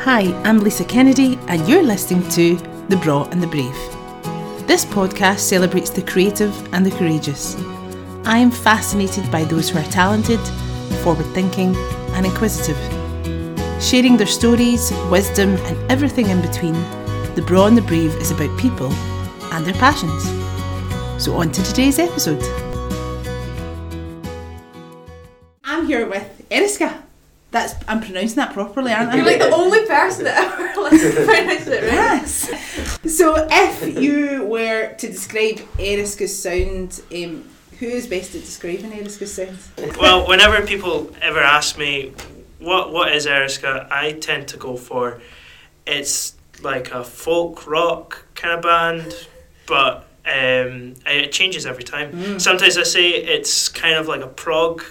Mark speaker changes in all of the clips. Speaker 1: Hi, I'm Lisa Kennedy, and you're listening to The Bra and the Brave. This podcast celebrates the creative and the courageous. I am fascinated by those who are talented, forward thinking, and inquisitive. Sharing their stories, wisdom, and everything in between, The Bra and the Brave is about people and their passions. So, on to today's episode. I'm here with Eriska. That's I'm pronouncing that properly, aren't I?
Speaker 2: You're like the only person that ever lets me pronounce it right.
Speaker 1: Yes. So, if you were to describe Eriska's sound, um, who is best at describing Eriska's sound?
Speaker 3: well, whenever people ever ask me what what is Eriska, I tend to go for it's like a folk rock kind of band, but um, it changes every time. Sometimes I say it's kind of like a prog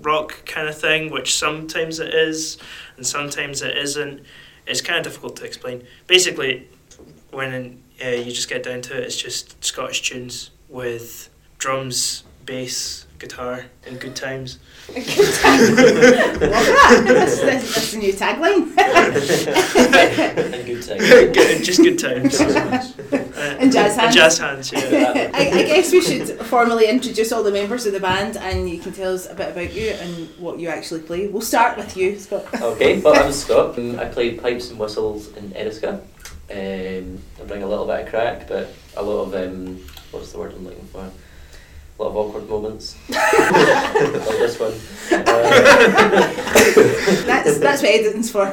Speaker 3: rock kind of thing, which sometimes it is and sometimes it isn't. It's kind of difficult to explain. Basically, when uh, you just get down to it, it's just Scottish tunes with drums, bass, guitar, and good times.
Speaker 1: Love that. That's, that's, that's the new tagline.
Speaker 4: And good take.
Speaker 3: good, just good times. Uh,
Speaker 1: And jazz hands.
Speaker 3: Jazz hands, yeah.
Speaker 1: I, I guess we should formally introduce all the members of the band, and you can tell us a bit about you and what you actually play. We'll start with you, Scott.
Speaker 4: Okay, well, I'm Scott. Um, I play pipes and whistles in Eriska. Um, I bring a little bit of crack, but a lot of, um, what's the word I'm looking for? A lot of awkward moments. like this one. Uh,
Speaker 1: That's that's what editing's for.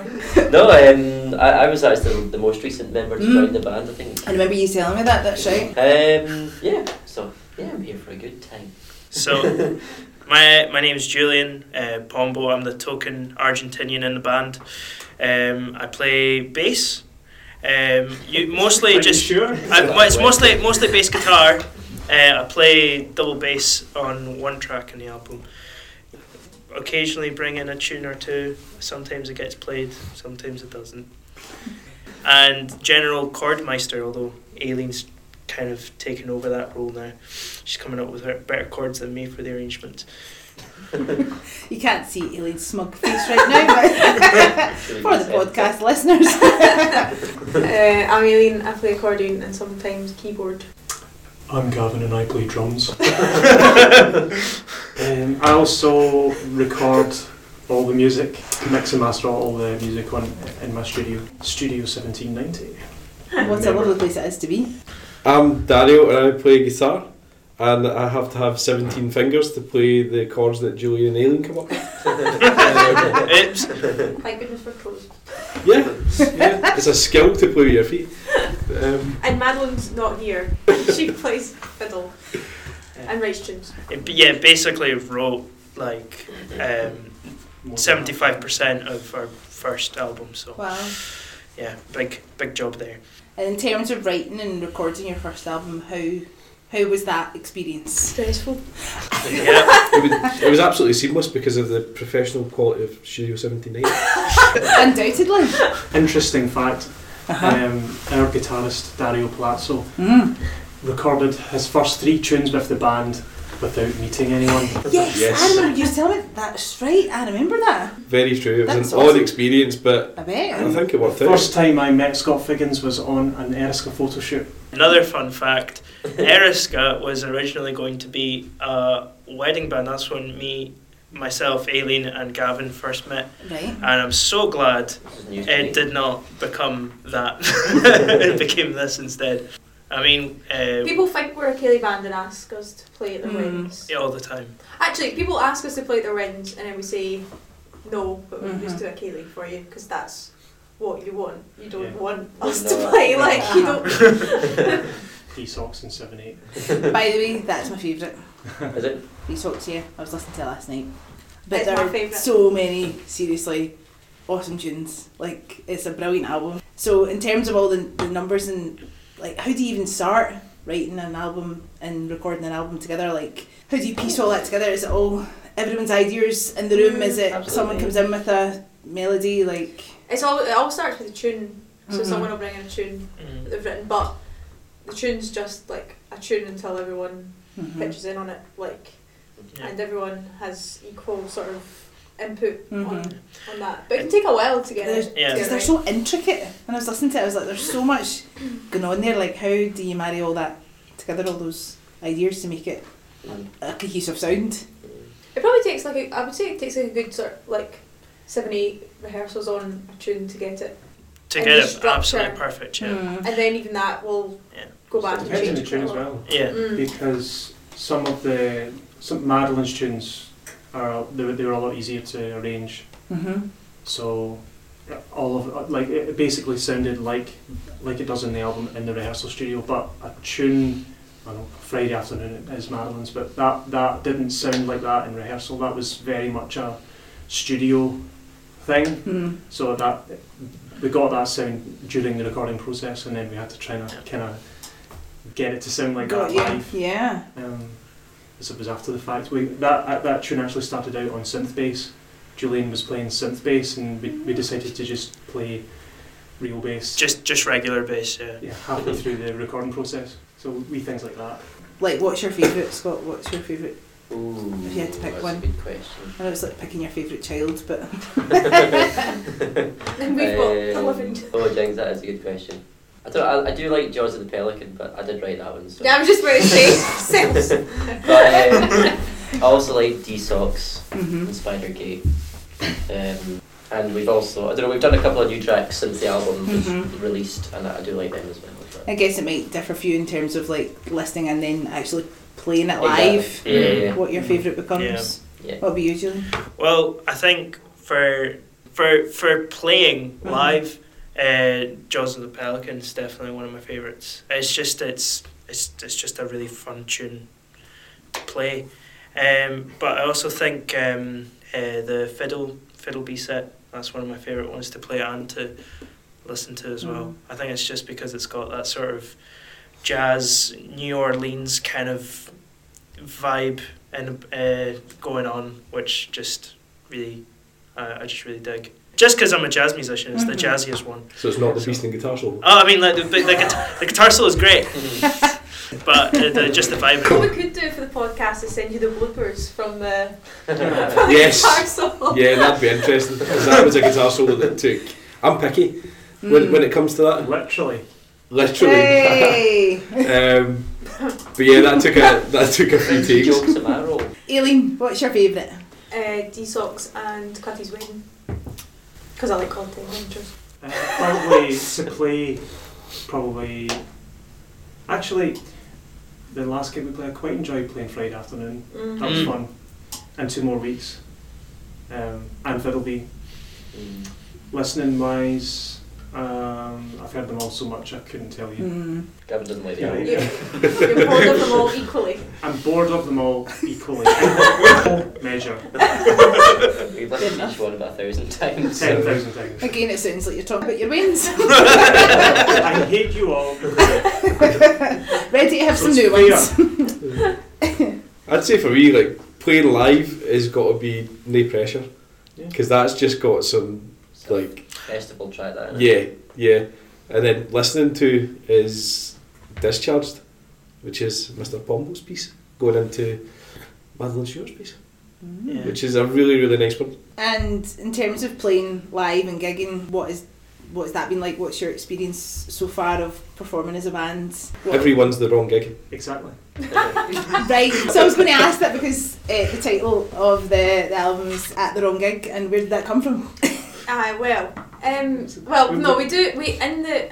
Speaker 4: no, um, I, I was actually the most recent member to join the
Speaker 1: Mm.
Speaker 4: band, I think.
Speaker 1: I remember you telling me that. That's right.
Speaker 4: Um, yeah, so, yeah, I'm here for a good time.
Speaker 3: So, my my name's Julian uh, Pombo. I'm the token Argentinian in the band. Um, I play bass. Um, you mostly just I, well, Uh, it's mostly mostly bass guitar. Uh, I play double bass on one track in the album. Occasionally bring in a tune or two. Sometimes it gets played, sometimes it doesn't. And General Chordmeister, although Aileen's kind of taken over that role now. She's coming up with her better chords than me for the arrangements.
Speaker 1: You can't see Aileen's smug face right now, but for the podcast listeners.
Speaker 2: Uh, I'm Aileen, I play accordion and sometimes keyboard.
Speaker 5: I'm Gavin and I play drums. um, I also record all the music, mix and master all the music on in my studio, Studio 1790.
Speaker 1: what a lovely place it is to be.
Speaker 6: I'm Dario and I play guitar, and I have to have 17 fingers to play the chords that Julie and Aileen come up with.
Speaker 3: Oops.
Speaker 2: Thank goodness for pros.
Speaker 6: Yeah, yeah, it's a skill to play with your feet. Um,
Speaker 2: And Madeline's not here. She plays fiddle and writes tunes.
Speaker 3: It- yeah, basically wrote like seventy five percent of our first album. So
Speaker 1: Wow.
Speaker 3: yeah, big big job there.
Speaker 1: And in terms of writing and recording your first album, how how was that experience?
Speaker 2: Stressful.
Speaker 3: Yeah,
Speaker 6: it, was, it was absolutely seamless because of the professional quality of Studio 79.
Speaker 1: Undoubtedly.
Speaker 5: Interesting fact
Speaker 1: Uh-huh.
Speaker 5: um, our guitarist Dario Palazzo
Speaker 6: Hmm.
Speaker 1: Mm.
Speaker 5: recorded his first three tunes with the band without meeting anyone.
Speaker 1: Yes,
Speaker 6: Yes.
Speaker 1: I remember you telling me that's right. I remember that.
Speaker 6: Very true, it was
Speaker 1: That's
Speaker 6: an
Speaker 1: awesome.
Speaker 6: odd experience, but
Speaker 1: I
Speaker 6: I
Speaker 1: bet.
Speaker 6: think it worked out.
Speaker 5: First time I met Scott Figgins was on an Eriska photo shoot.
Speaker 3: another fun fact: Eriska was originally going to be a wedding band. That's when me, myself, Aileen, and Gavin first met,
Speaker 1: Right.
Speaker 3: and I'm so glad
Speaker 4: This is news to me.
Speaker 3: it did not become that. it became this instead. I mean, uh,
Speaker 2: People think we're a Kelly band and ask us to play at their
Speaker 1: Hmm.
Speaker 2: weddings.
Speaker 3: yeah, all the time.
Speaker 2: Actually, people ask us to play at their weddings and then we say no, but we'll just
Speaker 1: Mhm.
Speaker 2: do a Kelly for you because that's what you want. You don't
Speaker 5: Yeah.
Speaker 2: want us
Speaker 4: No,
Speaker 2: to play,
Speaker 4: yeah.
Speaker 2: like, you don't
Speaker 5: Three socks and seven eight.
Speaker 1: By the way, that's my favourite.
Speaker 4: Is it?
Speaker 1: You talked to you. I was listening to it last night. But
Speaker 2: It's
Speaker 1: there
Speaker 2: my
Speaker 1: are
Speaker 2: favourite.
Speaker 1: so many seriously awesome tunes. Like it's a brilliant album. So in terms of all the, the numbers and like how do you even start writing an album and recording an album together? Like how do you piece all that together? Is it all everyone's ideas in the room? Is
Speaker 2: Mm,
Speaker 1: it
Speaker 4: Absolutely.
Speaker 1: someone comes in with a melody like
Speaker 2: It's all it all starts with a tune. So
Speaker 1: Mhm.
Speaker 2: someone will bring in a tune
Speaker 3: Mm.
Speaker 2: that they've written, but the tune's just like a tune until
Speaker 1: mm-hmm.
Speaker 2: everyone pitches in on it, like,
Speaker 3: Yeah.
Speaker 2: and everyone has equal sort of input on,
Speaker 1: Mhm.
Speaker 2: on that. But it can take a while to get
Speaker 1: There's,
Speaker 2: it.
Speaker 3: Yeah.
Speaker 1: Because they're so intricate. And I was listening to it, I was like, there's so much going on there. Like, how do you marry all that together, all those ideas to make it
Speaker 4: Mm.
Speaker 1: a cohesive sound?
Speaker 2: It probably takes like a, I would say it takes like a good sort of like seven eight rehearsals on a tune to get it,
Speaker 3: to
Speaker 2: And
Speaker 3: get
Speaker 2: the
Speaker 3: it
Speaker 2: structure.
Speaker 3: absolutely perfect. Yeah.
Speaker 1: Mm.
Speaker 2: and then even that will
Speaker 3: Yeah.
Speaker 2: go back
Speaker 7: It
Speaker 2: and
Speaker 7: depends on
Speaker 2: change.
Speaker 7: the tune as well.
Speaker 3: Yeah.
Speaker 2: Mm.
Speaker 7: because some of the some Madeline's tunes are they, were- they were a lot easier to arrange.
Speaker 1: Mm-hmm.
Speaker 7: So uh, all of like it basically sounded like like it does in the album in the rehearsal studio, but a tune. I know Friday afternoon is Madeline's, but that that didn't sound like that in rehearsal. That was very much a studio thing.
Speaker 1: Mm.
Speaker 7: So that we got that sound during the recording process, and then we had to try and kind of get it to sound like
Speaker 1: Got
Speaker 7: that
Speaker 1: you.
Speaker 7: live.
Speaker 1: Yeah.
Speaker 7: Um, so it was after the fact. We that uh, that tune actually started out on synth bass. Julian was playing synth bass, and we, we decided to just play real bass.
Speaker 3: Just just regular bass. Yeah.
Speaker 7: yeah, halfway through the recording process. So wee things like that.
Speaker 1: Like, what's your favourite, Scott? What's your favourite?
Speaker 4: Ooh,
Speaker 1: If you had to pick
Speaker 4: that's
Speaker 1: one.
Speaker 4: a good question.
Speaker 1: I know it's like picking your favourite child, but
Speaker 2: And we've got
Speaker 4: Um,
Speaker 2: eleven.
Speaker 4: Oh, James, that is a good question. I don't. I, I do like Jaws of the Pelican, but I did write that one. So.
Speaker 2: Yeah, I was just about to say sense.
Speaker 4: but um, I also like D Socks
Speaker 1: Mhm.
Speaker 6: Mm-hmm.
Speaker 4: and Spider Gate. Um, and we've also, I don't know, we've done a couple of new tracks since the album was
Speaker 2: Mm-hmm.
Speaker 1: Mhm.
Speaker 4: released, and I, I do like them as well. but-
Speaker 1: I guess it might differ for you in terms of like listening and then actually playing it
Speaker 4: Exactly.
Speaker 1: live.
Speaker 4: Yeah, yeah, yeah.
Speaker 6: Mm-hmm.
Speaker 1: What your favourite becomes.
Speaker 4: Yeah.
Speaker 1: What about you, Julie?
Speaker 3: Well, I think for for for playing
Speaker 1: Mhm.
Speaker 3: live, uh, Jaws of the Pelican is definitely one of my favorites. It's just it's it's it's just a really fun tune to play. Um, but I also think um, uh, the fiddle fiddle B set that's one of my favorite ones to play and to listen to as well.
Speaker 1: Mhm.
Speaker 3: I think it's just because it's got that sort of jazz New Orleans kind of vibe and uh, going on, which just really, uh, I just really dig. Just because I'm a jazz musician, it's
Speaker 1: Mhm.
Speaker 3: the jazziest one.
Speaker 6: So it's not the Beast and Guitar Solo.
Speaker 3: Oh, I mean, like the, the, the, guitar, the guitar solo is great, but uh, the, just the vibe.
Speaker 2: What we could do for the podcast is send you the bloopers from uh, the
Speaker 6: Yes.
Speaker 2: parcel.
Speaker 6: Yeah, that'd be interesting because that was a guitar solo that took. I'm picky
Speaker 1: Hmm.
Speaker 6: when, when it comes to that.
Speaker 7: Literally,
Speaker 6: Literally.
Speaker 1: Hey,
Speaker 6: um, but yeah, that took a that took a few takes.
Speaker 4: Jokes of my role.
Speaker 1: Aileen, what's your favourite?
Speaker 2: Uh, D socks and Cutty's wedding. Because I like content managers.
Speaker 7: uh, probably to play, probably. Actually, the last gig we played, I quite enjoyed playing Friday afternoon. That was
Speaker 3: Mm.
Speaker 7: fun, and two more weeks. Um, and Fiddle Bee.
Speaker 4: Mm.
Speaker 7: Listening wise, um, I've heard them all so much I couldn't tell you.
Speaker 1: Mm.
Speaker 4: Gavin doesn't like the
Speaker 7: Yeah,
Speaker 4: album.
Speaker 7: yeah.
Speaker 2: You're, you're bored of them all equally.
Speaker 7: I'm bored of them all equally. Equal measure
Speaker 4: We've listened to each one about a thousand times.
Speaker 7: ten
Speaker 4: So.
Speaker 7: thousand times.
Speaker 1: Again, it sounds like you're talking about your wins.
Speaker 7: I hate you all.
Speaker 1: Ready to have
Speaker 7: So
Speaker 1: some
Speaker 7: it's
Speaker 1: new
Speaker 7: fair.
Speaker 1: ones.
Speaker 6: I'd say for me, like playing live has got to be no pressure
Speaker 7: Yeah.
Speaker 6: because that's just got some
Speaker 4: so
Speaker 6: like
Speaker 4: festival track that. innit?
Speaker 6: yeah yeah, and then listening to is discharged, which is Mr. Pombo's piece going into Madeline Stewart's piece,
Speaker 3: Yeah.
Speaker 6: which is a really really nice one.
Speaker 1: And in terms of playing live and gigging, what is what's that been like? What's your experience so far of performing as a band? What-
Speaker 6: Everyone's the wrong gig.
Speaker 7: Exactly.
Speaker 1: Right, so I was going to ask that because uh, the title of the, the album is At the Wrong Gig, and where did that come from?
Speaker 2: Aye, well, um, well, no, we do. We in the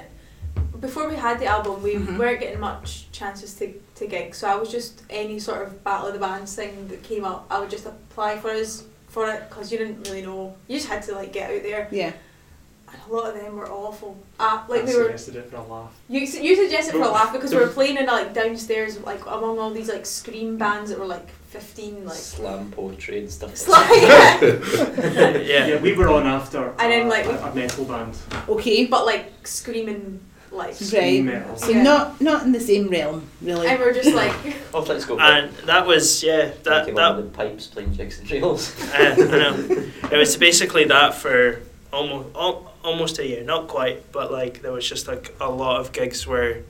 Speaker 2: before we had the album, we
Speaker 1: Mhm.
Speaker 2: weren't getting much chances to to gig. So I was just any sort of battle of the bands thing that came up. I would just apply for us for it because you didn't really know. You just had to like get out there,
Speaker 1: Yeah.
Speaker 2: and a lot of them were awful. Uh, like
Speaker 7: I
Speaker 2: we were.
Speaker 7: suggested it for a laugh.
Speaker 2: You, s- you suggested for a laugh because we were
Speaker 7: Don't-
Speaker 2: playing in like downstairs like among all these like scream bands that were like fifteen like
Speaker 4: Slam poetry and stuff.
Speaker 2: slide.
Speaker 3: Yeah.
Speaker 7: Yeah, we were on after.
Speaker 2: And then,
Speaker 7: a-
Speaker 2: like,
Speaker 7: a, a metal band.
Speaker 1: Okay, but
Speaker 2: but like screaming like
Speaker 7: Scream
Speaker 1: Right.
Speaker 7: metal.
Speaker 1: so
Speaker 2: Yeah.
Speaker 1: not not in the same realm, really.
Speaker 2: and we're just like
Speaker 4: Off, let's go.
Speaker 3: And that was yeah that
Speaker 4: Came
Speaker 3: that
Speaker 4: on with the pipes playing jigs and reels.
Speaker 3: Uh, I know. It was basically that for almost al- almost a year, not quite, but like there was just like a lot of gigs where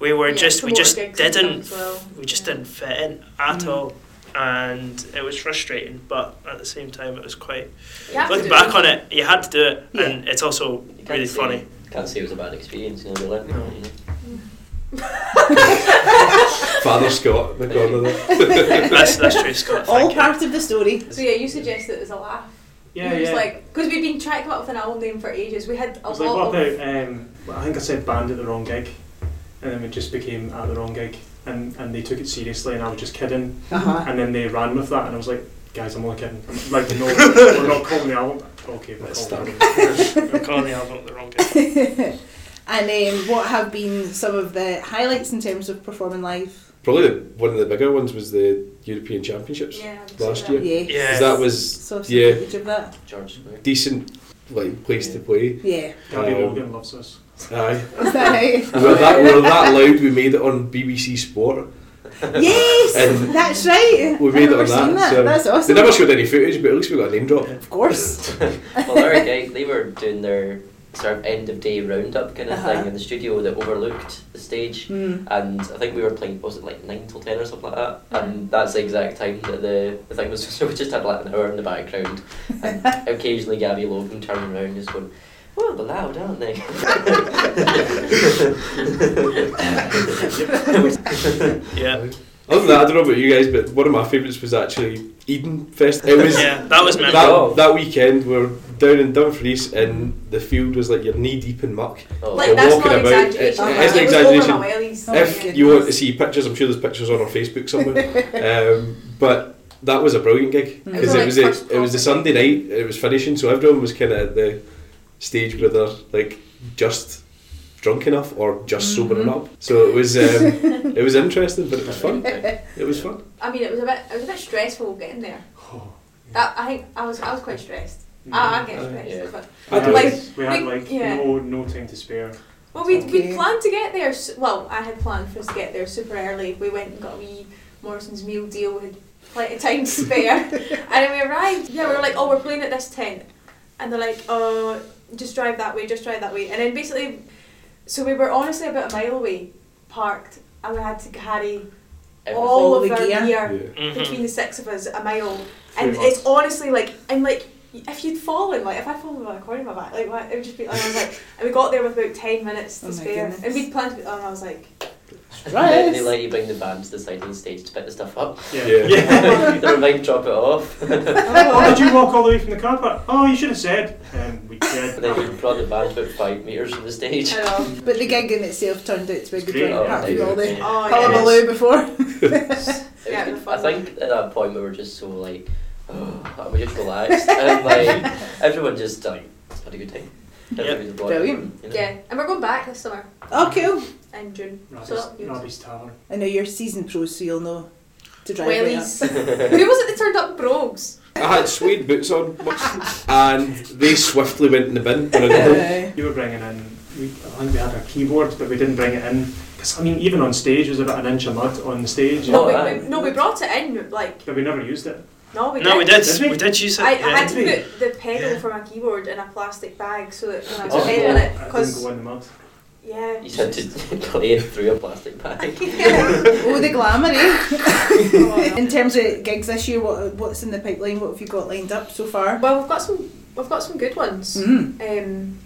Speaker 3: we were
Speaker 2: Yeah,
Speaker 3: just we
Speaker 2: promoter
Speaker 3: just
Speaker 2: gigs and stuff
Speaker 3: didn't
Speaker 2: as well,
Speaker 3: we just
Speaker 2: yeah.
Speaker 7: Mm.
Speaker 3: didn't fit in at all. and it was frustrating, but at the same time, it was quite.
Speaker 2: You have to
Speaker 3: Looking
Speaker 2: do
Speaker 3: back on it, you had to do it,
Speaker 1: Yeah.
Speaker 3: and it's also
Speaker 4: You can't
Speaker 3: really
Speaker 4: say-
Speaker 3: funny.
Speaker 4: Can't say it was a bad experience, you know, we learned
Speaker 3: No.
Speaker 4: from it, you know.
Speaker 6: Father Scott in the corner there.
Speaker 3: that's that's true, Scott.
Speaker 1: All
Speaker 3: Thank you.
Speaker 1: part of the story.
Speaker 2: So yeah, you suggested it as a laugh.
Speaker 7: Yeah,
Speaker 2: It was
Speaker 7: yeah.
Speaker 2: like because we'd been trying to come up with an album name for ages. We had
Speaker 7: I
Speaker 2: a
Speaker 7: was like,
Speaker 2: lot
Speaker 7: what
Speaker 2: of.
Speaker 7: about, um, I think I said band at the wrong gig, and then we just became at the wrong gig, and, and they took it seriously, and I was just kidding,
Speaker 1: Uh-huh.
Speaker 7: and then they ran with that, and I was like, guys, I'm only kidding. I'm like, no, we're not calling the album. Okay, we're
Speaker 6: Let's
Speaker 7: calling
Speaker 6: start.
Speaker 7: the album.
Speaker 3: I'm calling the album the wrong guy.
Speaker 1: And um, what have been some of the highlights in terms of performing live?
Speaker 6: Probably the, one of the bigger ones was the European Championships.
Speaker 2: Yeah, I would
Speaker 6: Last
Speaker 2: say that.
Speaker 6: year.
Speaker 1: Yes.
Speaker 3: Yeah.
Speaker 6: That was
Speaker 1: Saw some
Speaker 6: Yeah.
Speaker 1: footage of that.
Speaker 4: George Square.
Speaker 6: decent, like place to play.
Speaker 1: Yeah.
Speaker 7: Gabby
Speaker 6: Um,
Speaker 7: Logan loves us.
Speaker 6: Aye,
Speaker 1: Is that right?
Speaker 6: we were that, we were that loud. We made it on BBC Sport.
Speaker 1: yes,
Speaker 6: And
Speaker 1: that's right.
Speaker 6: we
Speaker 1: I've
Speaker 6: made it
Speaker 1: never
Speaker 6: on that,
Speaker 1: seen that.
Speaker 6: so
Speaker 1: that's
Speaker 6: They
Speaker 1: awesome.
Speaker 6: never showed any footage, but at least we got a name drop.
Speaker 1: Of course.
Speaker 4: well, they were, guy, they were doing their sort of end of day roundup kind of
Speaker 1: Uh-huh.
Speaker 4: thing in the studio that overlooked the stage.
Speaker 1: Hmm.
Speaker 4: And I think we were playing, was it like 9 till 10 or something like that? And that's the exact time that the, the thing was, so we just had like an hour in the background. And occasionally Gabby Logan turning around and just going, well, they're loud, aren't they?
Speaker 6: uh,
Speaker 3: Yeah,
Speaker 6: Other than that, I don't know about you guys, but one of my favourites was actually Eden Fest. It was
Speaker 3: yeah, that was
Speaker 6: that,
Speaker 3: memorable.
Speaker 6: that weekend. We're down in Dumfries, and the field was like you're knee deep in muck.
Speaker 4: Oh,
Speaker 2: Like
Speaker 6: They're
Speaker 2: that's
Speaker 6: walking
Speaker 2: not an
Speaker 6: about.
Speaker 2: exaggeration.
Speaker 1: It-
Speaker 2: like,
Speaker 1: it's an
Speaker 2: was
Speaker 6: exaggeration.
Speaker 2: overwhelming.
Speaker 1: Oh my
Speaker 6: if you want to see pictures, I'm sure there's pictures on our Facebook somewhere. um, but that was a brilliant gig
Speaker 1: Mm.
Speaker 6: because
Speaker 2: It
Speaker 6: it
Speaker 2: was
Speaker 6: was
Speaker 2: like
Speaker 6: a,
Speaker 2: first
Speaker 6: it was the Sunday night. It was finishing, so everyone was kind of at the stage where they're like just drunk enough or just sobering
Speaker 1: Mm-hmm.
Speaker 6: up. So it was um, it was interesting, but it was fun. It was fun.
Speaker 2: I mean, it was a bit. It was a bit stressful getting there.
Speaker 7: Oh,
Speaker 2: That I think I was. I was quite stressed. Ah, I, I get
Speaker 1: Mm-hmm.
Speaker 6: Uh,
Speaker 2: stressed.
Speaker 4: yeah.
Speaker 2: But,
Speaker 6: I
Speaker 7: Yeah,
Speaker 6: don't
Speaker 2: like-
Speaker 7: we had
Speaker 2: like,
Speaker 7: like
Speaker 2: yeah.
Speaker 7: no no time to spare.
Speaker 2: well, we
Speaker 1: Okay.
Speaker 2: we planned to get there. s- Well, I had planned for us to get there super early. We went and got a wee Morrison's meal deal. We had plenty of time to spare, and then we arrived. Yeah, we were like, oh, we're playing at this tent, and they're like, oh, just drive that way, just drive that way, and then basically, so we were honestly about a mile away, parked, and we had to carry all
Speaker 1: All
Speaker 2: of
Speaker 1: the
Speaker 2: our
Speaker 1: gear.
Speaker 2: gear
Speaker 6: Yeah.
Speaker 2: between
Speaker 3: hmm
Speaker 2: the six of us a mile
Speaker 7: Pretty
Speaker 2: and
Speaker 7: much.
Speaker 2: it's honestly like I'm like if you'd fallen like if I'd fallen with a cord in my back like what, it would just be like I was like and we got there with about 10 minutes to
Speaker 1: Oh my
Speaker 2: spare
Speaker 1: goodness.
Speaker 2: and we'd planned to be and I was like
Speaker 4: They, they
Speaker 1: Stress.
Speaker 4: let you bring the band to the side of the stage to pick the stuff up.
Speaker 7: Yeah.
Speaker 6: Yeah.
Speaker 4: they were like, drop it off.
Speaker 7: oh, did you walk all the way from the car park? Oh, you should have said. Um, we
Speaker 4: And
Speaker 7: did.
Speaker 4: then we brought the band about five metres from the stage.
Speaker 2: I know
Speaker 1: But the gig in itself turned out to be a good
Speaker 7: Great,
Speaker 1: one,
Speaker 7: yeah.
Speaker 1: apart from all the
Speaker 2: oh yeah,
Speaker 1: hullabaloo before.
Speaker 4: It
Speaker 2: Yeah,
Speaker 4: was
Speaker 2: it was
Speaker 4: good. I
Speaker 2: fun.
Speaker 4: think at that point we were just so like, we just relaxed and like everyone just like had a good time. Everybody was
Speaker 1: Brilliant.
Speaker 4: you know?
Speaker 2: yeah and we're going back this summer
Speaker 1: Oh, cool.
Speaker 2: in June so
Speaker 7: Robbie's,
Speaker 2: that'll be good.
Speaker 7: Robbie's Tavern.
Speaker 1: I know you're seasoned pro, so you'll know to drive right up.
Speaker 2: Wellies who was it that turned up brogues
Speaker 6: I had suede boots on, and they swiftly went in the bin. when I got home.
Speaker 1: Uh,
Speaker 7: You were bringing in. We, I think we had our keyboard, but we didn't bring it in because I mean, even on stage, there's about an inch of mud on the stage,
Speaker 2: no,
Speaker 4: Oh,
Speaker 2: we,
Speaker 4: aye.
Speaker 2: we, no we brought it in like
Speaker 7: but we never used it.
Speaker 2: no we
Speaker 3: No, we
Speaker 2: didn't.
Speaker 3: did.
Speaker 7: Did we?
Speaker 3: We did use it.
Speaker 2: I, I
Speaker 3: yeah.
Speaker 2: had to
Speaker 7: Yeah.
Speaker 2: put the pedal
Speaker 3: Yeah.
Speaker 2: for my keyboard in a plastic bag so that when I was
Speaker 4: Oh,
Speaker 2: pedaling
Speaker 4: yeah.
Speaker 2: it
Speaker 7: It didn't
Speaker 2: because
Speaker 7: go in the mud.
Speaker 2: yeah
Speaker 4: You had to play it through a plastic bag.
Speaker 1: oh, the glamour, eh?
Speaker 2: Oh, no.
Speaker 1: In terms of gigs this year, what, what's in the pipeline? What have you got lined up so far?
Speaker 2: Well, we've got some. We've got some good ones.
Speaker 1: Mm.
Speaker 2: Um,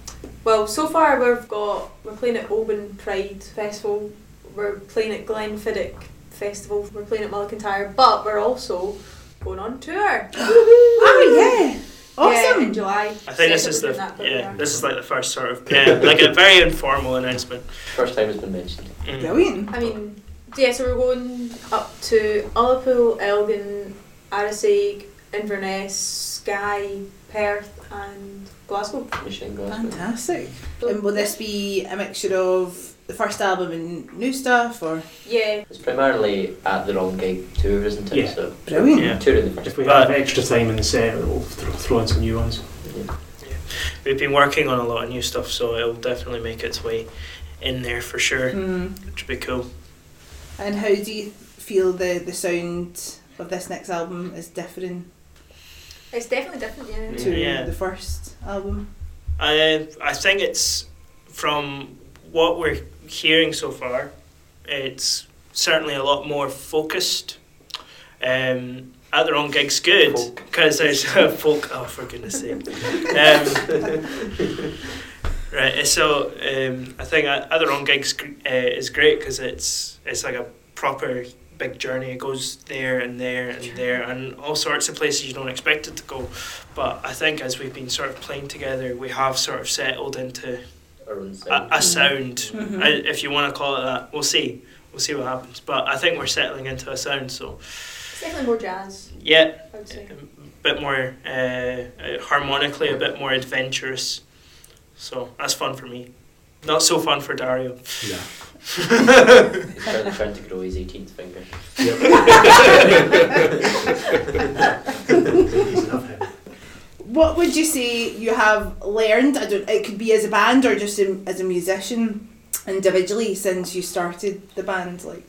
Speaker 2: well, so far we've got we're playing at Oban Pride Festival. We're playing at Glenfiddich Festival. We're playing at Mullintyre, but we're also going on tour.
Speaker 1: Oh, yeah.
Speaker 2: Yeah,
Speaker 1: Awesome.
Speaker 2: in July.
Speaker 3: I think this is the yeah. This is like the first sort of yeah, like a very informal announcement.
Speaker 4: First time it's been mentioned.
Speaker 3: Mm.
Speaker 1: Brilliant.
Speaker 2: I mean, yeah. So we're going up to Ullapool, Elgin, Arisaig, Inverness, Skye, Perth, and Glasgow.
Speaker 4: Machine Glasgow.
Speaker 1: Fantastic. And will this be a mixture of the first album and new stuff, or?
Speaker 2: Yeah.
Speaker 4: It's primarily at the wrong gig tour, isn't it?
Speaker 7: Yeah.
Speaker 4: So
Speaker 1: Brilliant.
Speaker 3: Yeah.
Speaker 4: touring the first
Speaker 7: If we
Speaker 3: But-
Speaker 7: have extra time in the set, we'll throw, throw in some new ones.
Speaker 3: We've been working on a lot of new stuff, so it'll definitely make its way in there for sure,
Speaker 1: Hmm.
Speaker 3: which would be cool.
Speaker 1: And how do you feel the, the sound of this next album is different
Speaker 2: It's definitely different, yeah.
Speaker 1: to
Speaker 3: Yeah.
Speaker 1: the first album?
Speaker 3: I I think it's from what we're hearing so far, it's certainly a lot more focused. Um, at the wrong gig's good because there's a folk. Oh, for goodness sake! Um, right, uh, so um, I think at, at the wrong gig's gr- uh, is great because it's it's like a proper big journey. It goes there and there and there and all sorts of places you don't expect it to go. But I think as we've been sort of playing together, we have sort of settled into
Speaker 4: Our own
Speaker 3: a,
Speaker 4: sound.
Speaker 3: a sound, I, if you want to call it that. We'll see. We'll see what happens. But I think we're settling into a sound. So
Speaker 2: It's definitely more jazz,
Speaker 3: yeah,
Speaker 2: I would
Speaker 3: a
Speaker 2: say.
Speaker 3: bit more uh, uh, harmonically, a bit more adventurous. So that's fun for me. Not so fun for Dario.
Speaker 6: Yeah.
Speaker 4: He's trying, trying to grow his 18th finger.
Speaker 1: What would you say you have learned? I don't. It could be as a band or just in, as a musician individually since you started the band. Like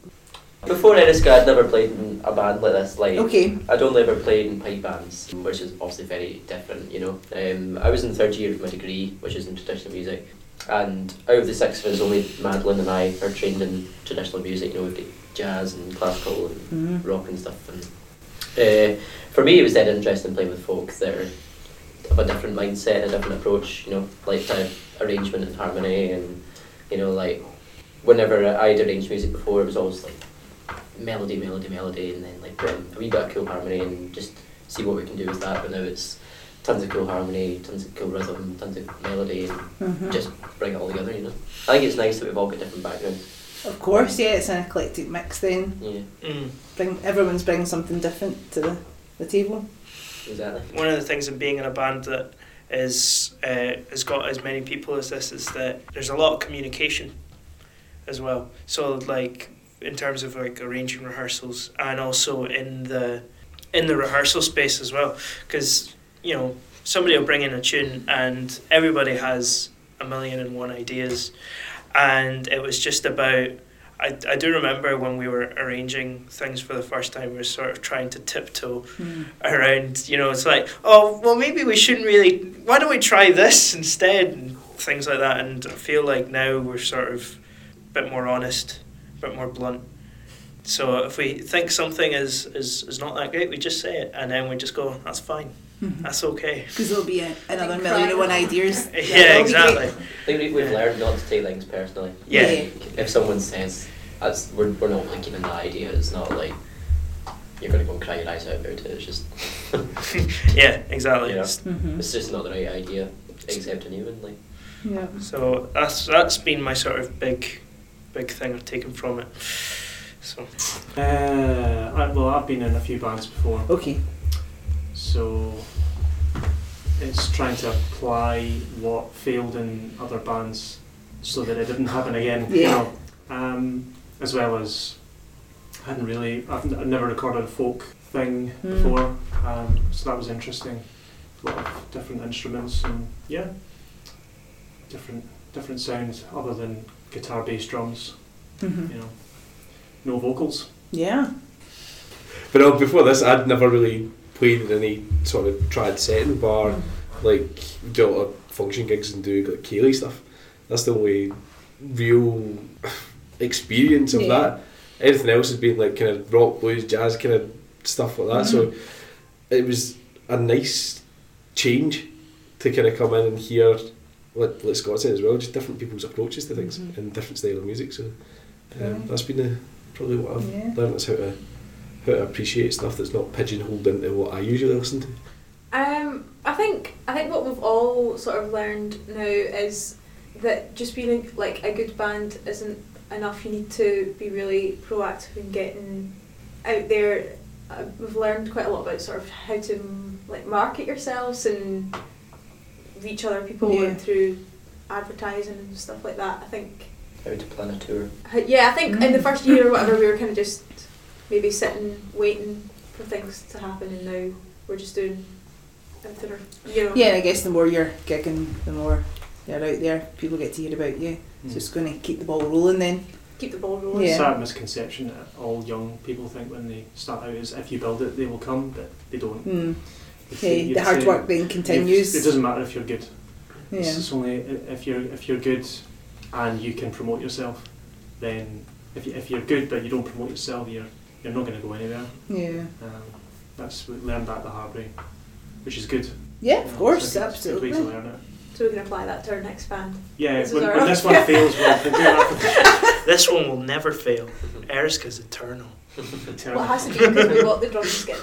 Speaker 4: Before Eriska, I'd never played in a band like this. Like,
Speaker 1: okay,
Speaker 4: I'd only ever played in pipe bands, which is obviously very different, you know. Um, I was in third year of my degree, which is in traditional music, and out of the six of us, only Madeline and I are trained in traditional music, you know, we've got jazz and classical and
Speaker 1: Mm-hmm.
Speaker 4: rock and stuff. And uh, for me, it was dead interesting playing with folk that are of a different mindset, a different approach, you know, like to arrangement and harmony, and you know, like whenever I'd arranged music before, it was always like melody, melody, melody, and then like put in a wee bit of cool harmony and just see what we can do with that. But now it's tons of cool harmony, tons of cool rhythm, tons of melody, and just bring it all together. You know, I think it's nice that we've all got different backgrounds.
Speaker 1: of course, yeah, it's an eclectic mix. Then
Speaker 4: Yeah,
Speaker 3: Mm.
Speaker 1: bring everyone's bringing something different to the, the table.
Speaker 4: exactly.
Speaker 3: One of the things of being in a band that is uh, has got as many people as this is that there's a lot of communication as well. So like in terms of like arranging rehearsals and also in the in the rehearsal space as well, because you know somebody will bring in a tune and everybody has a million and one ideas, and it was just about. I, I do remember when we were arranging things for the first time, we were sort of trying to tiptoe Mm-hmm. around, you know, it's like, oh, well, maybe we shouldn't really, why don't we try this instead? And things like that. And I feel like now we're sort of a bit more honest, a bit more blunt. So if we think something is, is, is not that great, we just say it. And then we just go, that's fine, that's okay.
Speaker 1: Because there'll be a, another
Speaker 2: Think
Speaker 1: million and one
Speaker 2: cry.
Speaker 1: ideas.
Speaker 3: Yeah,
Speaker 1: that'll be great.
Speaker 3: exactly.
Speaker 4: I think we, we've learned not to take things personally.
Speaker 3: Yeah.
Speaker 1: Yeah.
Speaker 4: If someone says that's we're, we're not like giving the idea, it's not like you're gonna go and cry your eyes out about it. It's just
Speaker 3: Yeah, exactly.
Speaker 4: Yeah.
Speaker 1: Mm-hmm.
Speaker 4: it's just not the right idea, except a new one. Like
Speaker 1: Yeah.
Speaker 3: So that's that's been my sort of big big thing I've taken from it. So
Speaker 7: Uh, I, well, I've been in a few bands before,
Speaker 1: Okay.
Speaker 7: so it's trying to apply what failed in other bands so that it didn't happen again. You
Speaker 1: Yeah.
Speaker 7: know, um, as well as I hadn't really, I've, n- I've never recorded a folk thing
Speaker 1: Mm.
Speaker 7: before, um, so that was interesting. A lot of different instruments and yeah, different different sounds other than guitar, bass, drums.
Speaker 1: hmm
Speaker 7: You know, no vocals.
Speaker 1: Yeah.
Speaker 6: But uh, before this, I'd never really played in any sort of trad setting bar,
Speaker 1: Mm.
Speaker 6: like do a lot of function gigs and do like Kaylee stuff. That's the only real experience of
Speaker 1: Yeah.
Speaker 6: that. Everything else has been like kind of rock, blues, jazz, kind of stuff like that.
Speaker 1: Mm-hmm.
Speaker 6: So it was a nice change to kind of come in and hear, like, like Scott said as well, just different people's approaches to things
Speaker 1: Mhm.
Speaker 6: and different style of music. So um,
Speaker 1: Right.
Speaker 6: that's been the, probably what I've
Speaker 1: Yeah.
Speaker 6: learned is how to how to appreciate stuff that's not pigeonholed into what I usually listen to.
Speaker 2: Um, I think I think what we've all sort of learned now is that just being like a good band isn't enough. You need to be really proactive in getting out there. Uh, we've learned quite a lot about sort of how to mm, like market yourselves and reach other people
Speaker 1: Yeah.
Speaker 2: and through advertising and stuff like that. I think
Speaker 4: how to plan a tour.
Speaker 2: Uh, yeah, I think in the
Speaker 1: Mm.
Speaker 2: first year or whatever, we were kind of just maybe sitting, waiting for things to happen, and now we're just doing everything, or- you know.
Speaker 1: Yeah. I guess the more you're gigging, the more you're out there. People get to hear about you.
Speaker 7: Mm.
Speaker 1: So it's going to keep the ball rolling then.
Speaker 2: Keep the ball rolling.
Speaker 1: Yeah.
Speaker 7: sad misconception that all young people think when they start out is if you build it, they will come, but they don't.
Speaker 1: Mm.
Speaker 7: They say-
Speaker 1: Yeah,
Speaker 7: you'd
Speaker 1: the hard
Speaker 7: say-
Speaker 1: work then
Speaker 7: you'd-
Speaker 1: continues.
Speaker 7: It doesn't matter if you're good. It's
Speaker 1: Yeah.
Speaker 7: just only i- if you're if you're good, and you can promote yourself, then if you, if you're good but you don't promote yourself, you're you're not going to go anywhere.
Speaker 1: Yeah.
Speaker 7: Um, that's we learned that the hard way, which is good.
Speaker 1: Yeah, of
Speaker 7: Yeah,
Speaker 1: course,
Speaker 7: it's a good- it's a good way
Speaker 1: absolutely.
Speaker 7: to learn it.
Speaker 2: So we can apply that to our next band.
Speaker 7: Yeah,
Speaker 2: This is
Speaker 7: when,
Speaker 2: our
Speaker 7: when
Speaker 2: own.
Speaker 7: this one fails, we'll, we'll do that
Speaker 3: This one will never fail. Eriska's eternal.
Speaker 7: for the
Speaker 2: Well, it has to be because we bought the drum skin.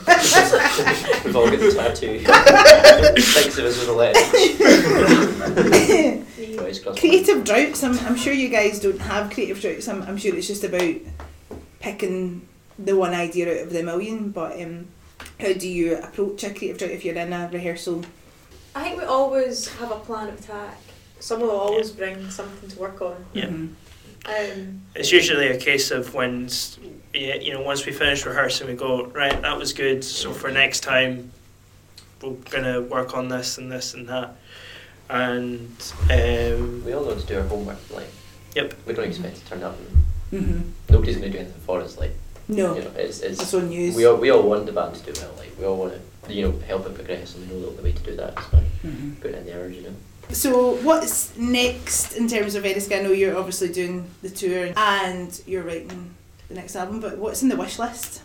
Speaker 4: We've all got the tattoo. Thanks if this was a letter. Always cross-
Speaker 1: creative droughts. I'm, I'm sure you guys don't have creative droughts. I'm, I'm sure it's just about picking the one idea out of the million. But um, how do you approach a creative drought if you're in a rehearsal?
Speaker 2: I think we always have a plan of attack. Someone will always bring something to work on.
Speaker 3: Yeah.
Speaker 1: Mhm.
Speaker 2: Um,
Speaker 3: It's usually a case of when, s- yeah, you know, once we finish rehearsing, we go right. That was good. So for next time, we're gonna work on this and this and that. And um,
Speaker 4: We all know to do our homework. Like,
Speaker 3: Yep.
Speaker 4: We don't expect to turn up. And
Speaker 1: Mhm.
Speaker 4: nobody's going to do anything for us. Like, you
Speaker 1: No,
Speaker 4: know, it's, it's
Speaker 1: that's on news.
Speaker 4: we all we all want the band to do well. Like, we all want to, you know, help it progress, and we know that the way to do that is by
Speaker 1: Mhm.
Speaker 4: putting in the hours. You know.
Speaker 1: So what's next in terms of Eriska? I know you're obviously doing the tour and you're writing the next album, but what's in the wish list?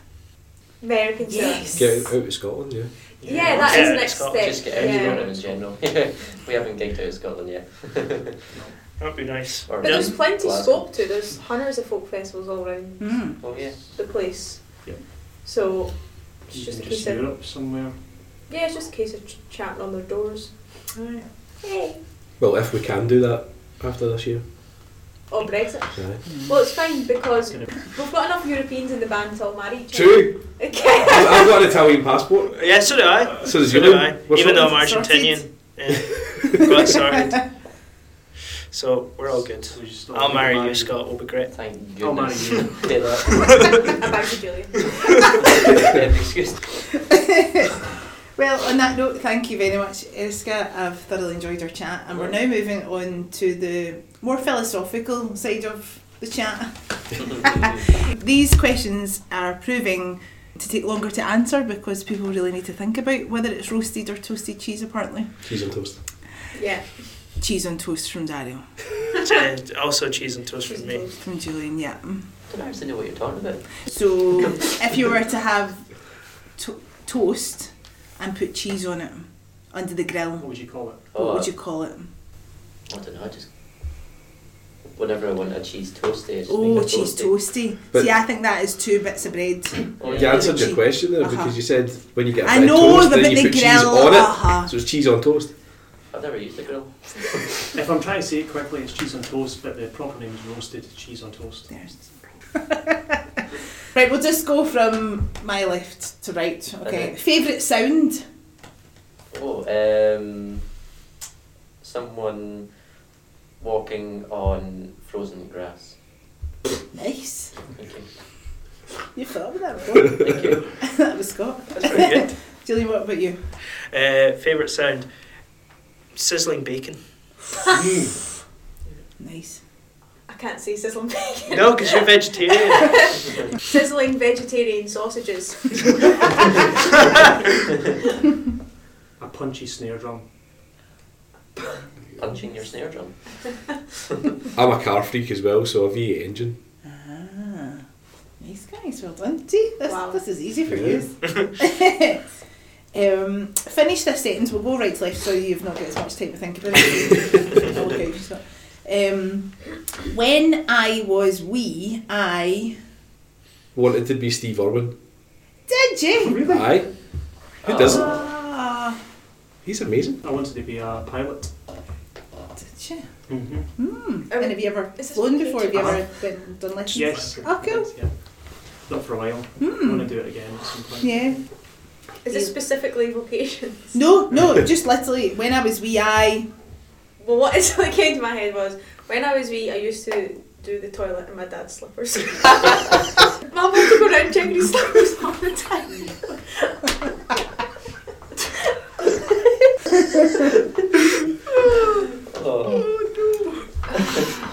Speaker 2: American
Speaker 1: Yes.
Speaker 2: songs.
Speaker 6: Get out of Scotland, yeah.
Speaker 2: Yeah, that is
Speaker 3: Yeah,
Speaker 2: the next
Speaker 3: Scott,
Speaker 2: step.
Speaker 4: Just get out
Speaker 2: yeah.
Speaker 4: yeah. in general. we haven't gigged out in Scotland yet.
Speaker 3: that'd be nice.
Speaker 4: Or
Speaker 2: But there's
Speaker 4: just
Speaker 2: plenty
Speaker 4: Glasgow.
Speaker 2: scope to. There's hundreds of folk festivals all around
Speaker 1: Mm.
Speaker 4: Oh yeah.
Speaker 2: the place.
Speaker 7: Yeah.
Speaker 2: So it's
Speaker 7: You
Speaker 2: just a
Speaker 7: can
Speaker 2: case
Speaker 7: just
Speaker 2: of
Speaker 7: Europe somewhere.
Speaker 2: yeah, it's just a case of ch- chatting on their doors. Hey,
Speaker 6: Well, if we can do that after this year.
Speaker 2: oh Brexit.
Speaker 6: Aye.
Speaker 7: Mm.
Speaker 2: Well, it's fine because we've got enough Europeans in the band to all marry each other.
Speaker 6: True.
Speaker 2: Okay.
Speaker 6: I've I've got an Italian passport.
Speaker 3: Yeah, so do I.
Speaker 6: So does
Speaker 3: so
Speaker 6: you.
Speaker 3: do I.
Speaker 6: We're
Speaker 3: Even though I'm
Speaker 1: sorted.
Speaker 3: Argentinian, yeah, got sorted. So we're all good.
Speaker 7: So we just all
Speaker 3: I'll
Speaker 7: get
Speaker 3: marry you,
Speaker 7: married.
Speaker 3: Scott. We'll be great.
Speaker 4: Thank goodness.
Speaker 7: I'll marry Oh, you.
Speaker 4: Did that.
Speaker 2: I married Julia.
Speaker 4: Yeah, Excuse.
Speaker 1: Well, on that note, thank you very much, Eriska. I've thoroughly enjoyed our chat, and we're now moving on to the more philosophical side of the chat. These questions are proving to take longer to answer because people really need to think about whether it's roasted or toasted cheese, apparently.
Speaker 6: Cheese and toast.
Speaker 2: Yeah.
Speaker 1: Cheese on toast from Dario,
Speaker 3: And also cheese and toast
Speaker 2: she's
Speaker 3: from me.
Speaker 2: close.
Speaker 1: from Julian, yeah.
Speaker 4: I don't actually know what you're talking about.
Speaker 1: So, if you were to have to- toast and put cheese on it under the
Speaker 7: What
Speaker 1: grill,
Speaker 7: would you call it?
Speaker 1: what
Speaker 4: Oh,
Speaker 1: would you call it?
Speaker 4: I don't know. I just whenever I want a cheese toasty, I just make
Speaker 1: Oh,
Speaker 4: a
Speaker 1: cheese
Speaker 4: toasty. Oh,
Speaker 1: toasty.
Speaker 6: But-
Speaker 1: See, I think that is two bits of bread.
Speaker 4: Yeah.
Speaker 6: You answered your
Speaker 1: Cheese.
Speaker 6: question there
Speaker 1: Uh-huh.
Speaker 6: because you said when you get a
Speaker 1: I
Speaker 6: bit of
Speaker 1: know,
Speaker 6: toast,
Speaker 1: but
Speaker 6: then you
Speaker 1: the
Speaker 6: put cheese
Speaker 1: grill,
Speaker 6: on it.
Speaker 1: uh-huh.
Speaker 6: So it's cheese on toast.
Speaker 4: I've never used a grill.
Speaker 7: If I'm trying to say it quickly, it's cheese on toast, but the proper name is roasted cheese on toast.
Speaker 1: There's- right, we'll just go from my left to right. Okay.
Speaker 4: Okay.
Speaker 1: Favourite sound?
Speaker 4: Oh, um, someone walking on frozen grass.
Speaker 1: Nice.
Speaker 4: Thank you.
Speaker 1: You thought of that one.
Speaker 4: Thank you.
Speaker 1: that was Scott.
Speaker 4: That's very good.
Speaker 1: Julian, what about you?
Speaker 3: Uh, favorite sound: sizzling bacon.
Speaker 4: Mm.
Speaker 1: Nice.
Speaker 2: I can't say sizzling bacon.
Speaker 3: No, because you're vegetarian.
Speaker 2: Sizzling vegetarian sausages.
Speaker 7: A punchy snare drum.
Speaker 4: Punching your snare drum.
Speaker 6: I'm a car freak as well, so a V8 engine.
Speaker 1: Ah, nice guys. Well done. See, this,
Speaker 2: Wow.
Speaker 1: this is easy for
Speaker 6: Yeah.
Speaker 1: you. um, finish this sentence. We'll go right to left so you've not got as much time to think about it. okay, just not. Um, when I was wee, I
Speaker 6: Wanted to be Steve Irwin.
Speaker 1: did you?
Speaker 7: Really?
Speaker 6: Aye. Who
Speaker 4: Ah.
Speaker 6: doesn't?
Speaker 1: Ah,
Speaker 6: He's amazing.
Speaker 7: I wanted to be a pilot.
Speaker 1: did you?
Speaker 7: Mm-hmm.
Speaker 1: Hmm.
Speaker 2: Oh,
Speaker 1: and have you ever
Speaker 2: this is
Speaker 1: flown
Speaker 2: okay.
Speaker 1: before? Have you ever been done lessons?
Speaker 7: Yes.
Speaker 1: Oh, cool.
Speaker 7: Yeah. Not for a while. I
Speaker 1: Hmm.
Speaker 7: want to do it again at some point.
Speaker 1: Yeah.
Speaker 2: Is this specifically vocations?
Speaker 1: No, no, just literally when I was wee, I.
Speaker 2: Well, what instantly came to my head was when I was wee, I used to do the toilet in my dad's slippers. Mum had to go around checking his slippers all the time.
Speaker 4: Oh,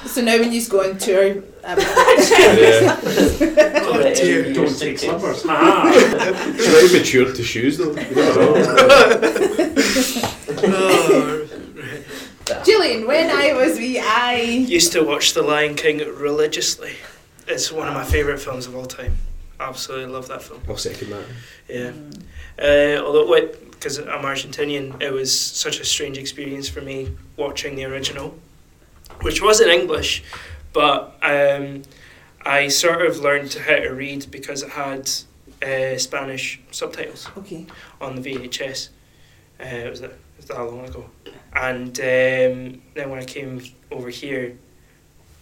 Speaker 1: So now when you go on tour, um,
Speaker 6: yeah.
Speaker 4: oh
Speaker 7: Dear, don't take slippers. Ha!
Speaker 6: It's very mature to shoes though. You never know.
Speaker 1: Julian, when I was wee, I
Speaker 3: Used to watch The Lion King religiously. It's one of my favourite films of all time. absolutely love that film.
Speaker 6: I'll second that.
Speaker 3: Yeah. Uh, although, wait, because I'm Argentinian, it was such a strange experience for me watching the original, which was in English, but um, I sort of learned how to read because it had uh, Spanish subtitles
Speaker 1: Okay.
Speaker 3: on the VHS. Uh, it, was that, it was that long ago. And um, then when I came over here,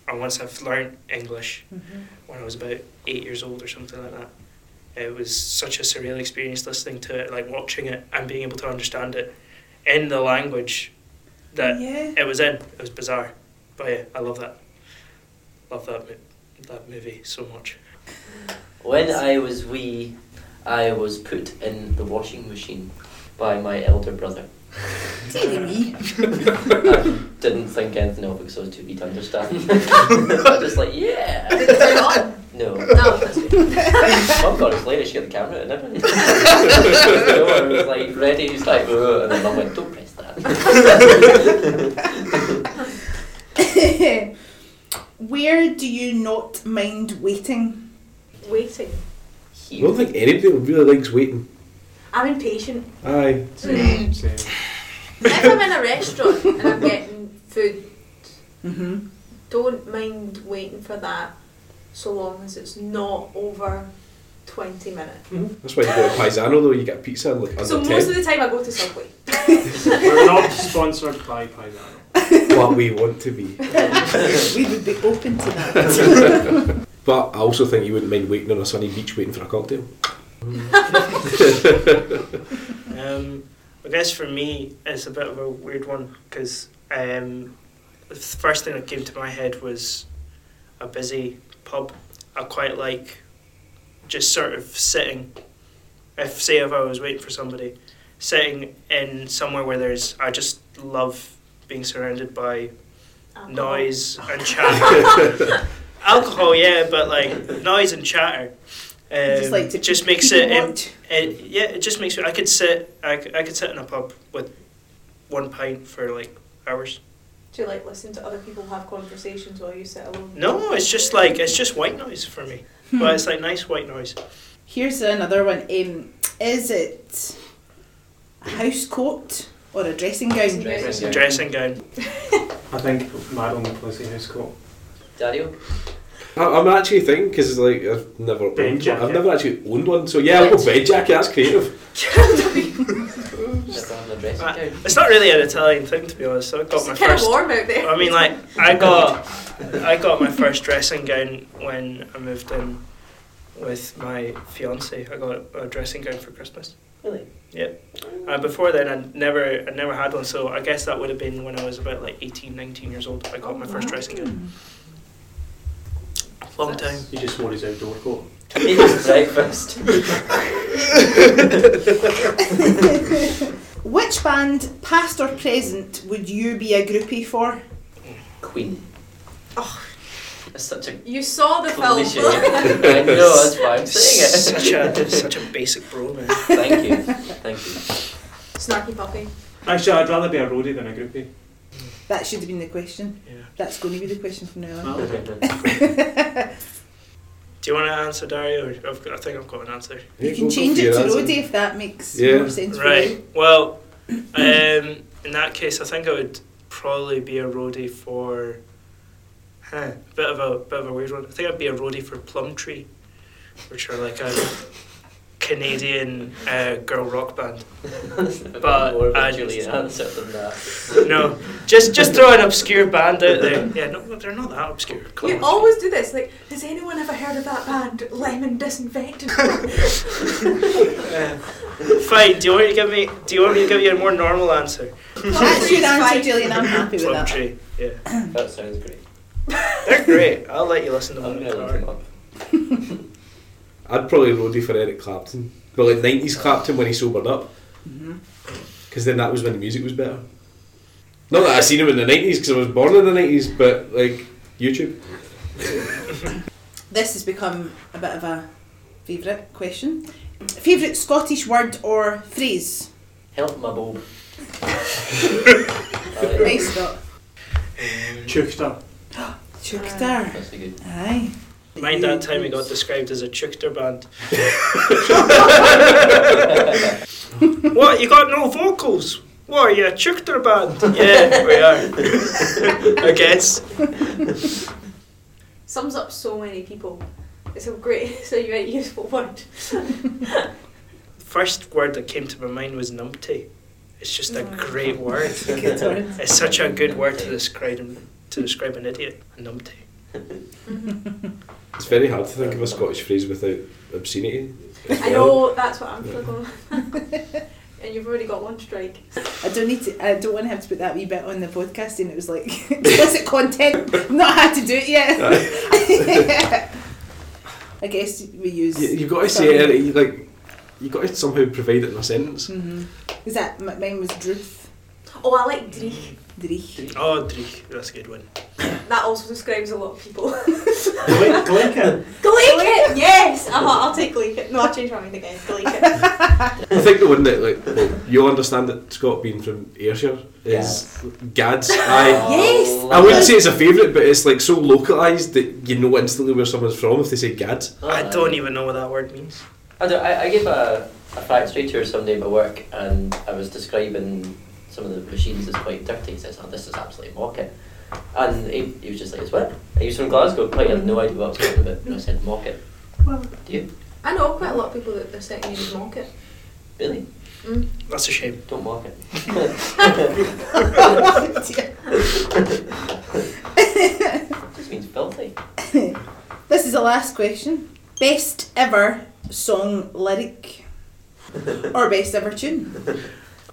Speaker 3: and once I've learned English, when I was about eight years old or something like that. It was such a surreal experience listening to it, like watching it and being able to understand it in the language that
Speaker 1: yeah.
Speaker 3: it was in. It was bizarre, but yeah, I love that. Love that mo- that movie so much.
Speaker 4: When I was wee, I was put in the washing machine by my elder brother.
Speaker 1: Dearie me.
Speaker 4: I didn't think anything of it because I was too wee to understand. I was just like, yeah.
Speaker 2: Did it turn on?
Speaker 4: No.
Speaker 2: No, that's good.
Speaker 4: Mum got us later, she got the camera and everything. so I was like, ready, she's like, "Whoa," and then mum went, don't press that.
Speaker 1: Where do you not mind waiting?
Speaker 2: Waiting.
Speaker 6: I don't think anybody really likes waiting.
Speaker 2: I'm impatient.
Speaker 6: Aye.
Speaker 7: Same, same.
Speaker 2: if I'm in a restaurant and I'm getting food,
Speaker 1: Mm-hmm.
Speaker 2: don't mind waiting for that so long as it's not over 20 minutes.
Speaker 6: That's why you go to Paisano though, you get pizza in like under
Speaker 2: So
Speaker 6: 10.
Speaker 2: most of the time I go to Subway.
Speaker 7: We're not sponsored by Paisano.
Speaker 6: what we want to be.
Speaker 1: we would be open to that.
Speaker 6: But I also think you wouldn't mind waiting on a sunny beach waiting for a cocktail.
Speaker 3: Um, I guess for me, it's a bit of a weird one because um, the first thing that came to my head was a busy pub. I quite like just sort of sitting. If say if I was waiting for somebody, sitting in somewhere where there's, I just love being surrounded by
Speaker 2: Alcohol.
Speaker 3: noise and chatter. Alcohol, yeah, but like noise and chatter. Um,
Speaker 1: just like to
Speaker 3: just makes it
Speaker 1: people
Speaker 3: um,
Speaker 1: watch.
Speaker 3: it, yeah, it just makes me. I could sit. I, c- I could sit in a pub with one pint for like hours.
Speaker 2: Do you like listen to other people have conversations while you sit alone?
Speaker 3: No, it's just like it's just white noise for me. But it's like nice white noise.
Speaker 1: Here's another one. Um, is it a house coat or a dressing gown?
Speaker 2: Dressing
Speaker 4: gown.
Speaker 3: Dressing gown.
Speaker 7: I think Madeline would play House Court.
Speaker 4: Dario?
Speaker 6: I, I'm actually thinking because like I've never
Speaker 7: Bed
Speaker 6: owned,
Speaker 7: jacket.
Speaker 6: I've never actually owned one. So yeah, I'll go bed jacket. That's creative.
Speaker 4: Just having a dressing
Speaker 3: Ah.
Speaker 4: gown.
Speaker 3: It's not really an Italian thing to be honest. So I got
Speaker 2: It's
Speaker 3: my
Speaker 2: kind
Speaker 3: first.
Speaker 2: of warm out there.
Speaker 3: I mean, like I got I got my first dressing gown when I moved in with my fiance. I got a dressing gown for Christmas.
Speaker 4: Really?
Speaker 3: Uh, before then, I'd never, I never had one, so I guess that would have been when I was about like 18, 19 years old. I got my first dressing gown. Long time.
Speaker 7: He just wore his outdoor coat.
Speaker 4: It's breakfast.
Speaker 1: Which band, past or present, would you be a groupie for?
Speaker 4: Queen. Oh. That's such a
Speaker 2: you saw the film.
Speaker 4: cliche. I know, that's why I'm saying
Speaker 3: Such
Speaker 4: it.
Speaker 3: a, such a basic bro, man.
Speaker 4: Thank you. Thank you.
Speaker 2: Snarky puppy.
Speaker 7: Actually, I'd rather be a roadie than a groupie.
Speaker 1: That should have been the question.
Speaker 3: Yeah.
Speaker 1: That's going to be the question from now on.
Speaker 3: Do you want to answer, Dario? Or I've got, I think I've got an answer.
Speaker 1: You
Speaker 6: Yeah, go-
Speaker 1: can
Speaker 6: go
Speaker 1: change
Speaker 6: for
Speaker 1: it
Speaker 6: your
Speaker 1: to
Speaker 6: answer.
Speaker 1: roadie if that makes
Speaker 6: Yeah.
Speaker 1: more sense for
Speaker 3: Right.
Speaker 1: you.
Speaker 3: Well, um, in that case, I think I would probably be a roadie for. Huh, bit of a bit of a weird one. I think I'd be a roadie for Plumtree, which are like a Canadian uh, girl rock band. But
Speaker 4: more of
Speaker 3: I
Speaker 4: a
Speaker 3: just-
Speaker 4: Julian answer than that.
Speaker 3: No, just just throw an obscure band out there. Yeah, no, they're not that obscure. Come
Speaker 2: You
Speaker 3: on.
Speaker 2: always do this. Like, has anyone ever heard of that band, Lemon Disinfectant?
Speaker 3: Uh, fine. Do you want me to give me? Do you want me to give you a more normal answer?
Speaker 1: That's your answer,
Speaker 2: Fine.
Speaker 1: Gillian. I'm happy with that.
Speaker 3: Plumtree. Yeah,
Speaker 4: That sounds great.
Speaker 3: they're great. I'll let you listen to
Speaker 4: I'm
Speaker 3: them
Speaker 4: going
Speaker 3: in
Speaker 4: to
Speaker 3: the
Speaker 4: look him
Speaker 3: car.
Speaker 4: up.
Speaker 6: I'd probably roadie for Eric Clapton, but like nineties Clapton when he sobered up,
Speaker 1: Mm-hmm.
Speaker 6: because then that was when the music was better. Not that I seen him in the nineties because I was born in the nineties, but like YouTube.
Speaker 1: This has become a bit of a favourite question. Favourite Scottish word or phrase?
Speaker 4: Help my bulb.
Speaker 1: Nice, Scott.
Speaker 7: Chooked up.
Speaker 1: Chukdar.
Speaker 4: That's a good.
Speaker 1: Aye.
Speaker 3: Mind that time it got described as a chukter band. what, you got no vocals? What, are you a chukter band? yeah, we are. I guess.
Speaker 2: Sums up so many people. It's a great, it's a very useful word.
Speaker 3: First word that came to my mind was numpty. It's just a
Speaker 1: Oh.
Speaker 3: great word.
Speaker 1: Good word.
Speaker 3: It's such a good word to describe to describe an idiot. A numpty.
Speaker 6: It's very hard to think of a Scottish phrase without obscenity. as
Speaker 2: I
Speaker 6: well.
Speaker 2: know, that's what I'm struggling with. And you've already got one strike.
Speaker 1: I don't need to. I don't want to have to put that wee bit on the podcast, and it was like explicit content. I've Not had to do it yet. I guess we use.
Speaker 6: You, have got to say it. You, like you got to somehow provide it in a sentence.
Speaker 1: hmm Is that m- mine was Druth
Speaker 2: Oh, I like Dree.
Speaker 1: Drich.
Speaker 3: Oh, Dree, that's a good one.
Speaker 2: That also describes a lot of people.
Speaker 7: Glen- Glencairn.
Speaker 2: Gleek it! Yes! Uh-huh, I'll take Gleek it. No, I'll change my mind again. Gleek it.
Speaker 6: I think the one that like well, you'll understand it, Scott being from Ayrshire is Gads. I
Speaker 1: Yes!
Speaker 4: Oh,
Speaker 6: I wouldn't say it's a favourite, but it's like so localised that you know instantly where someone's from if they say Gads.
Speaker 3: I don't even know what that word means.
Speaker 4: I, don't, I, I gave a, a factory tour someday at my work and I was describing some of the machines as quite dirty. He says, oh, this is absolutely mocket. And he, he was just like, it's what? And he was from Glasgow, quite had no idea what I was talking about. And I said, mocket.
Speaker 7: Well,
Speaker 4: Do you?
Speaker 2: I know quite a lot of people that their second name is Monkit.
Speaker 4: Really?
Speaker 2: Mm.
Speaker 3: That's a shame.
Speaker 4: Don't mock it. just means filthy.
Speaker 1: This is the last question. Best ever song lyric or best ever tune?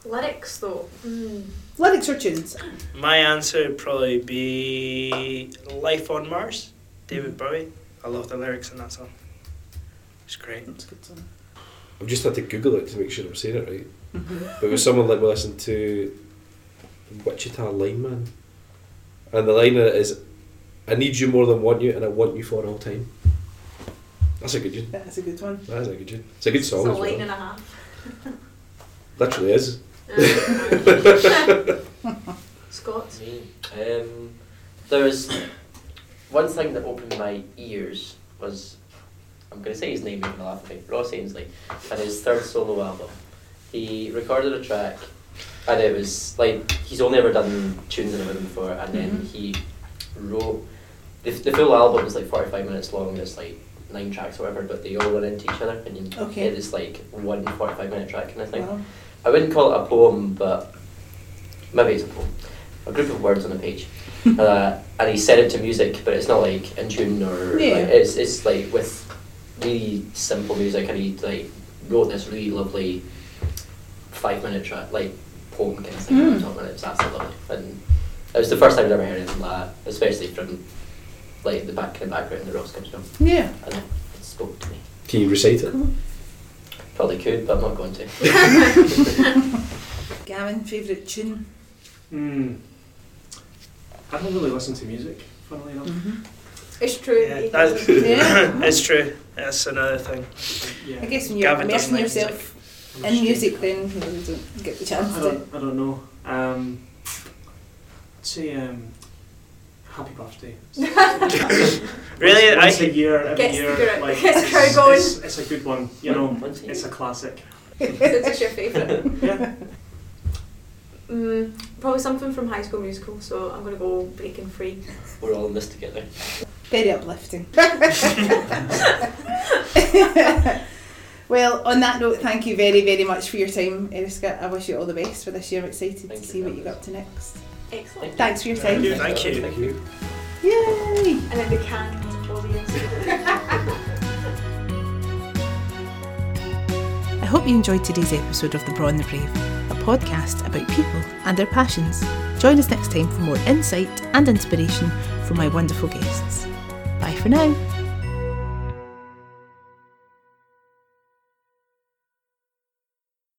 Speaker 2: Lyrics, though. Mm.
Speaker 1: Lyrics or tunes?
Speaker 3: My answer would probably be Life on Mars, David Bowie. I love the lyrics in that song. It's great.
Speaker 1: That's a good song.
Speaker 6: I've just had to Google it to make sure I'm saying it right. but it was someone like we listened to Wichita Lineman, and the line in it is, "I need you more than want you, and I want you for all time." That's a good tune.
Speaker 1: That's a good one.
Speaker 6: That is a good tune. It's a good
Speaker 2: It's
Speaker 6: song.
Speaker 2: a
Speaker 6: as well.
Speaker 2: line and a half.
Speaker 6: Literally is.
Speaker 2: Scots.
Speaker 4: Um, there was one thing that opened my ears was I'm going to say his name, you're going to laugh at me. Ross Ainsley, and his third solo album. He recorded a track, and it was like he's only ever done tunes in a room before, and then
Speaker 1: Mm-hmm.
Speaker 4: he wrote the, the full album is like 45 minutes long. and It's like nine tracks or whatever, but they all run into each other, and you
Speaker 1: Okay.
Speaker 4: get this like one 45 minute track kind of thing.
Speaker 1: Wow.
Speaker 4: I wouldn't call it a poem, but maybe it's a poem. A group of words on a page. uh, and he set it to music, but it's not like in tune or
Speaker 1: Yeah.
Speaker 4: like, it's it's like with really simple music, and he like wrote this really lovely five minute track, like poem kind of thing.
Speaker 1: Mm.
Speaker 4: Mm. Top minutes, absolutely lovely. And it was the first time I'd ever heard anything like that, especially from like the back kind of background that Ross comes from,
Speaker 1: Yeah.
Speaker 4: and it spoke to me.
Speaker 6: Can you recite it?
Speaker 4: Probably could, but I'm not going to.
Speaker 1: Gavin, favourite tune?
Speaker 7: mm, I don't really listen to music, funnily enough.
Speaker 2: Mm.
Speaker 1: Mm-hmm.
Speaker 2: It's true.
Speaker 3: Yeah,
Speaker 2: he
Speaker 3: that's-
Speaker 2: doesn't.
Speaker 1: Yeah.
Speaker 3: it's true. That's another thing.
Speaker 7: Yeah.
Speaker 1: I guess when you're
Speaker 3: Gavin doesn't
Speaker 1: immersing
Speaker 3: like
Speaker 1: yourself
Speaker 7: I'm a
Speaker 1: in
Speaker 7: strange-
Speaker 1: music, then you know, you don't get the chance
Speaker 7: I
Speaker 1: to.
Speaker 7: don't, I don't know. Um, I'd say um, happy birthday.
Speaker 3: Really,
Speaker 7: Once, once
Speaker 3: I,
Speaker 7: a year, every
Speaker 2: Gets the
Speaker 7: year.
Speaker 2: crowd-
Speaker 7: like,
Speaker 2: gets the crowd
Speaker 7: it's,
Speaker 2: going.
Speaker 7: It's, it's a good one, you know.
Speaker 4: Once a
Speaker 7: It's a
Speaker 4: year.
Speaker 7: classic.
Speaker 2: Since it's your favourite.
Speaker 7: Yeah.
Speaker 2: Mm, probably something from High School Musical, so I'm going to go Breaking Free.
Speaker 4: We're all in this together.
Speaker 1: Very uplifting. well, on that note, thank you very, very much for your time, Eriska. I wish you all the best for this year. I'm excited
Speaker 4: Thank
Speaker 1: to
Speaker 4: you,
Speaker 1: see what you
Speaker 4: Gavin.
Speaker 1: get up to next.
Speaker 2: Excellent.
Speaker 1: Thanks for your time.
Speaker 3: you. Thank you.
Speaker 4: Thank you.
Speaker 1: Yay!
Speaker 2: And then the canned audience.
Speaker 8: I hope you enjoyed today's episode of The Brawn the Brave, a podcast about people and their passions. Join us next time for more insight and inspiration from my wonderful guests. Bye for now.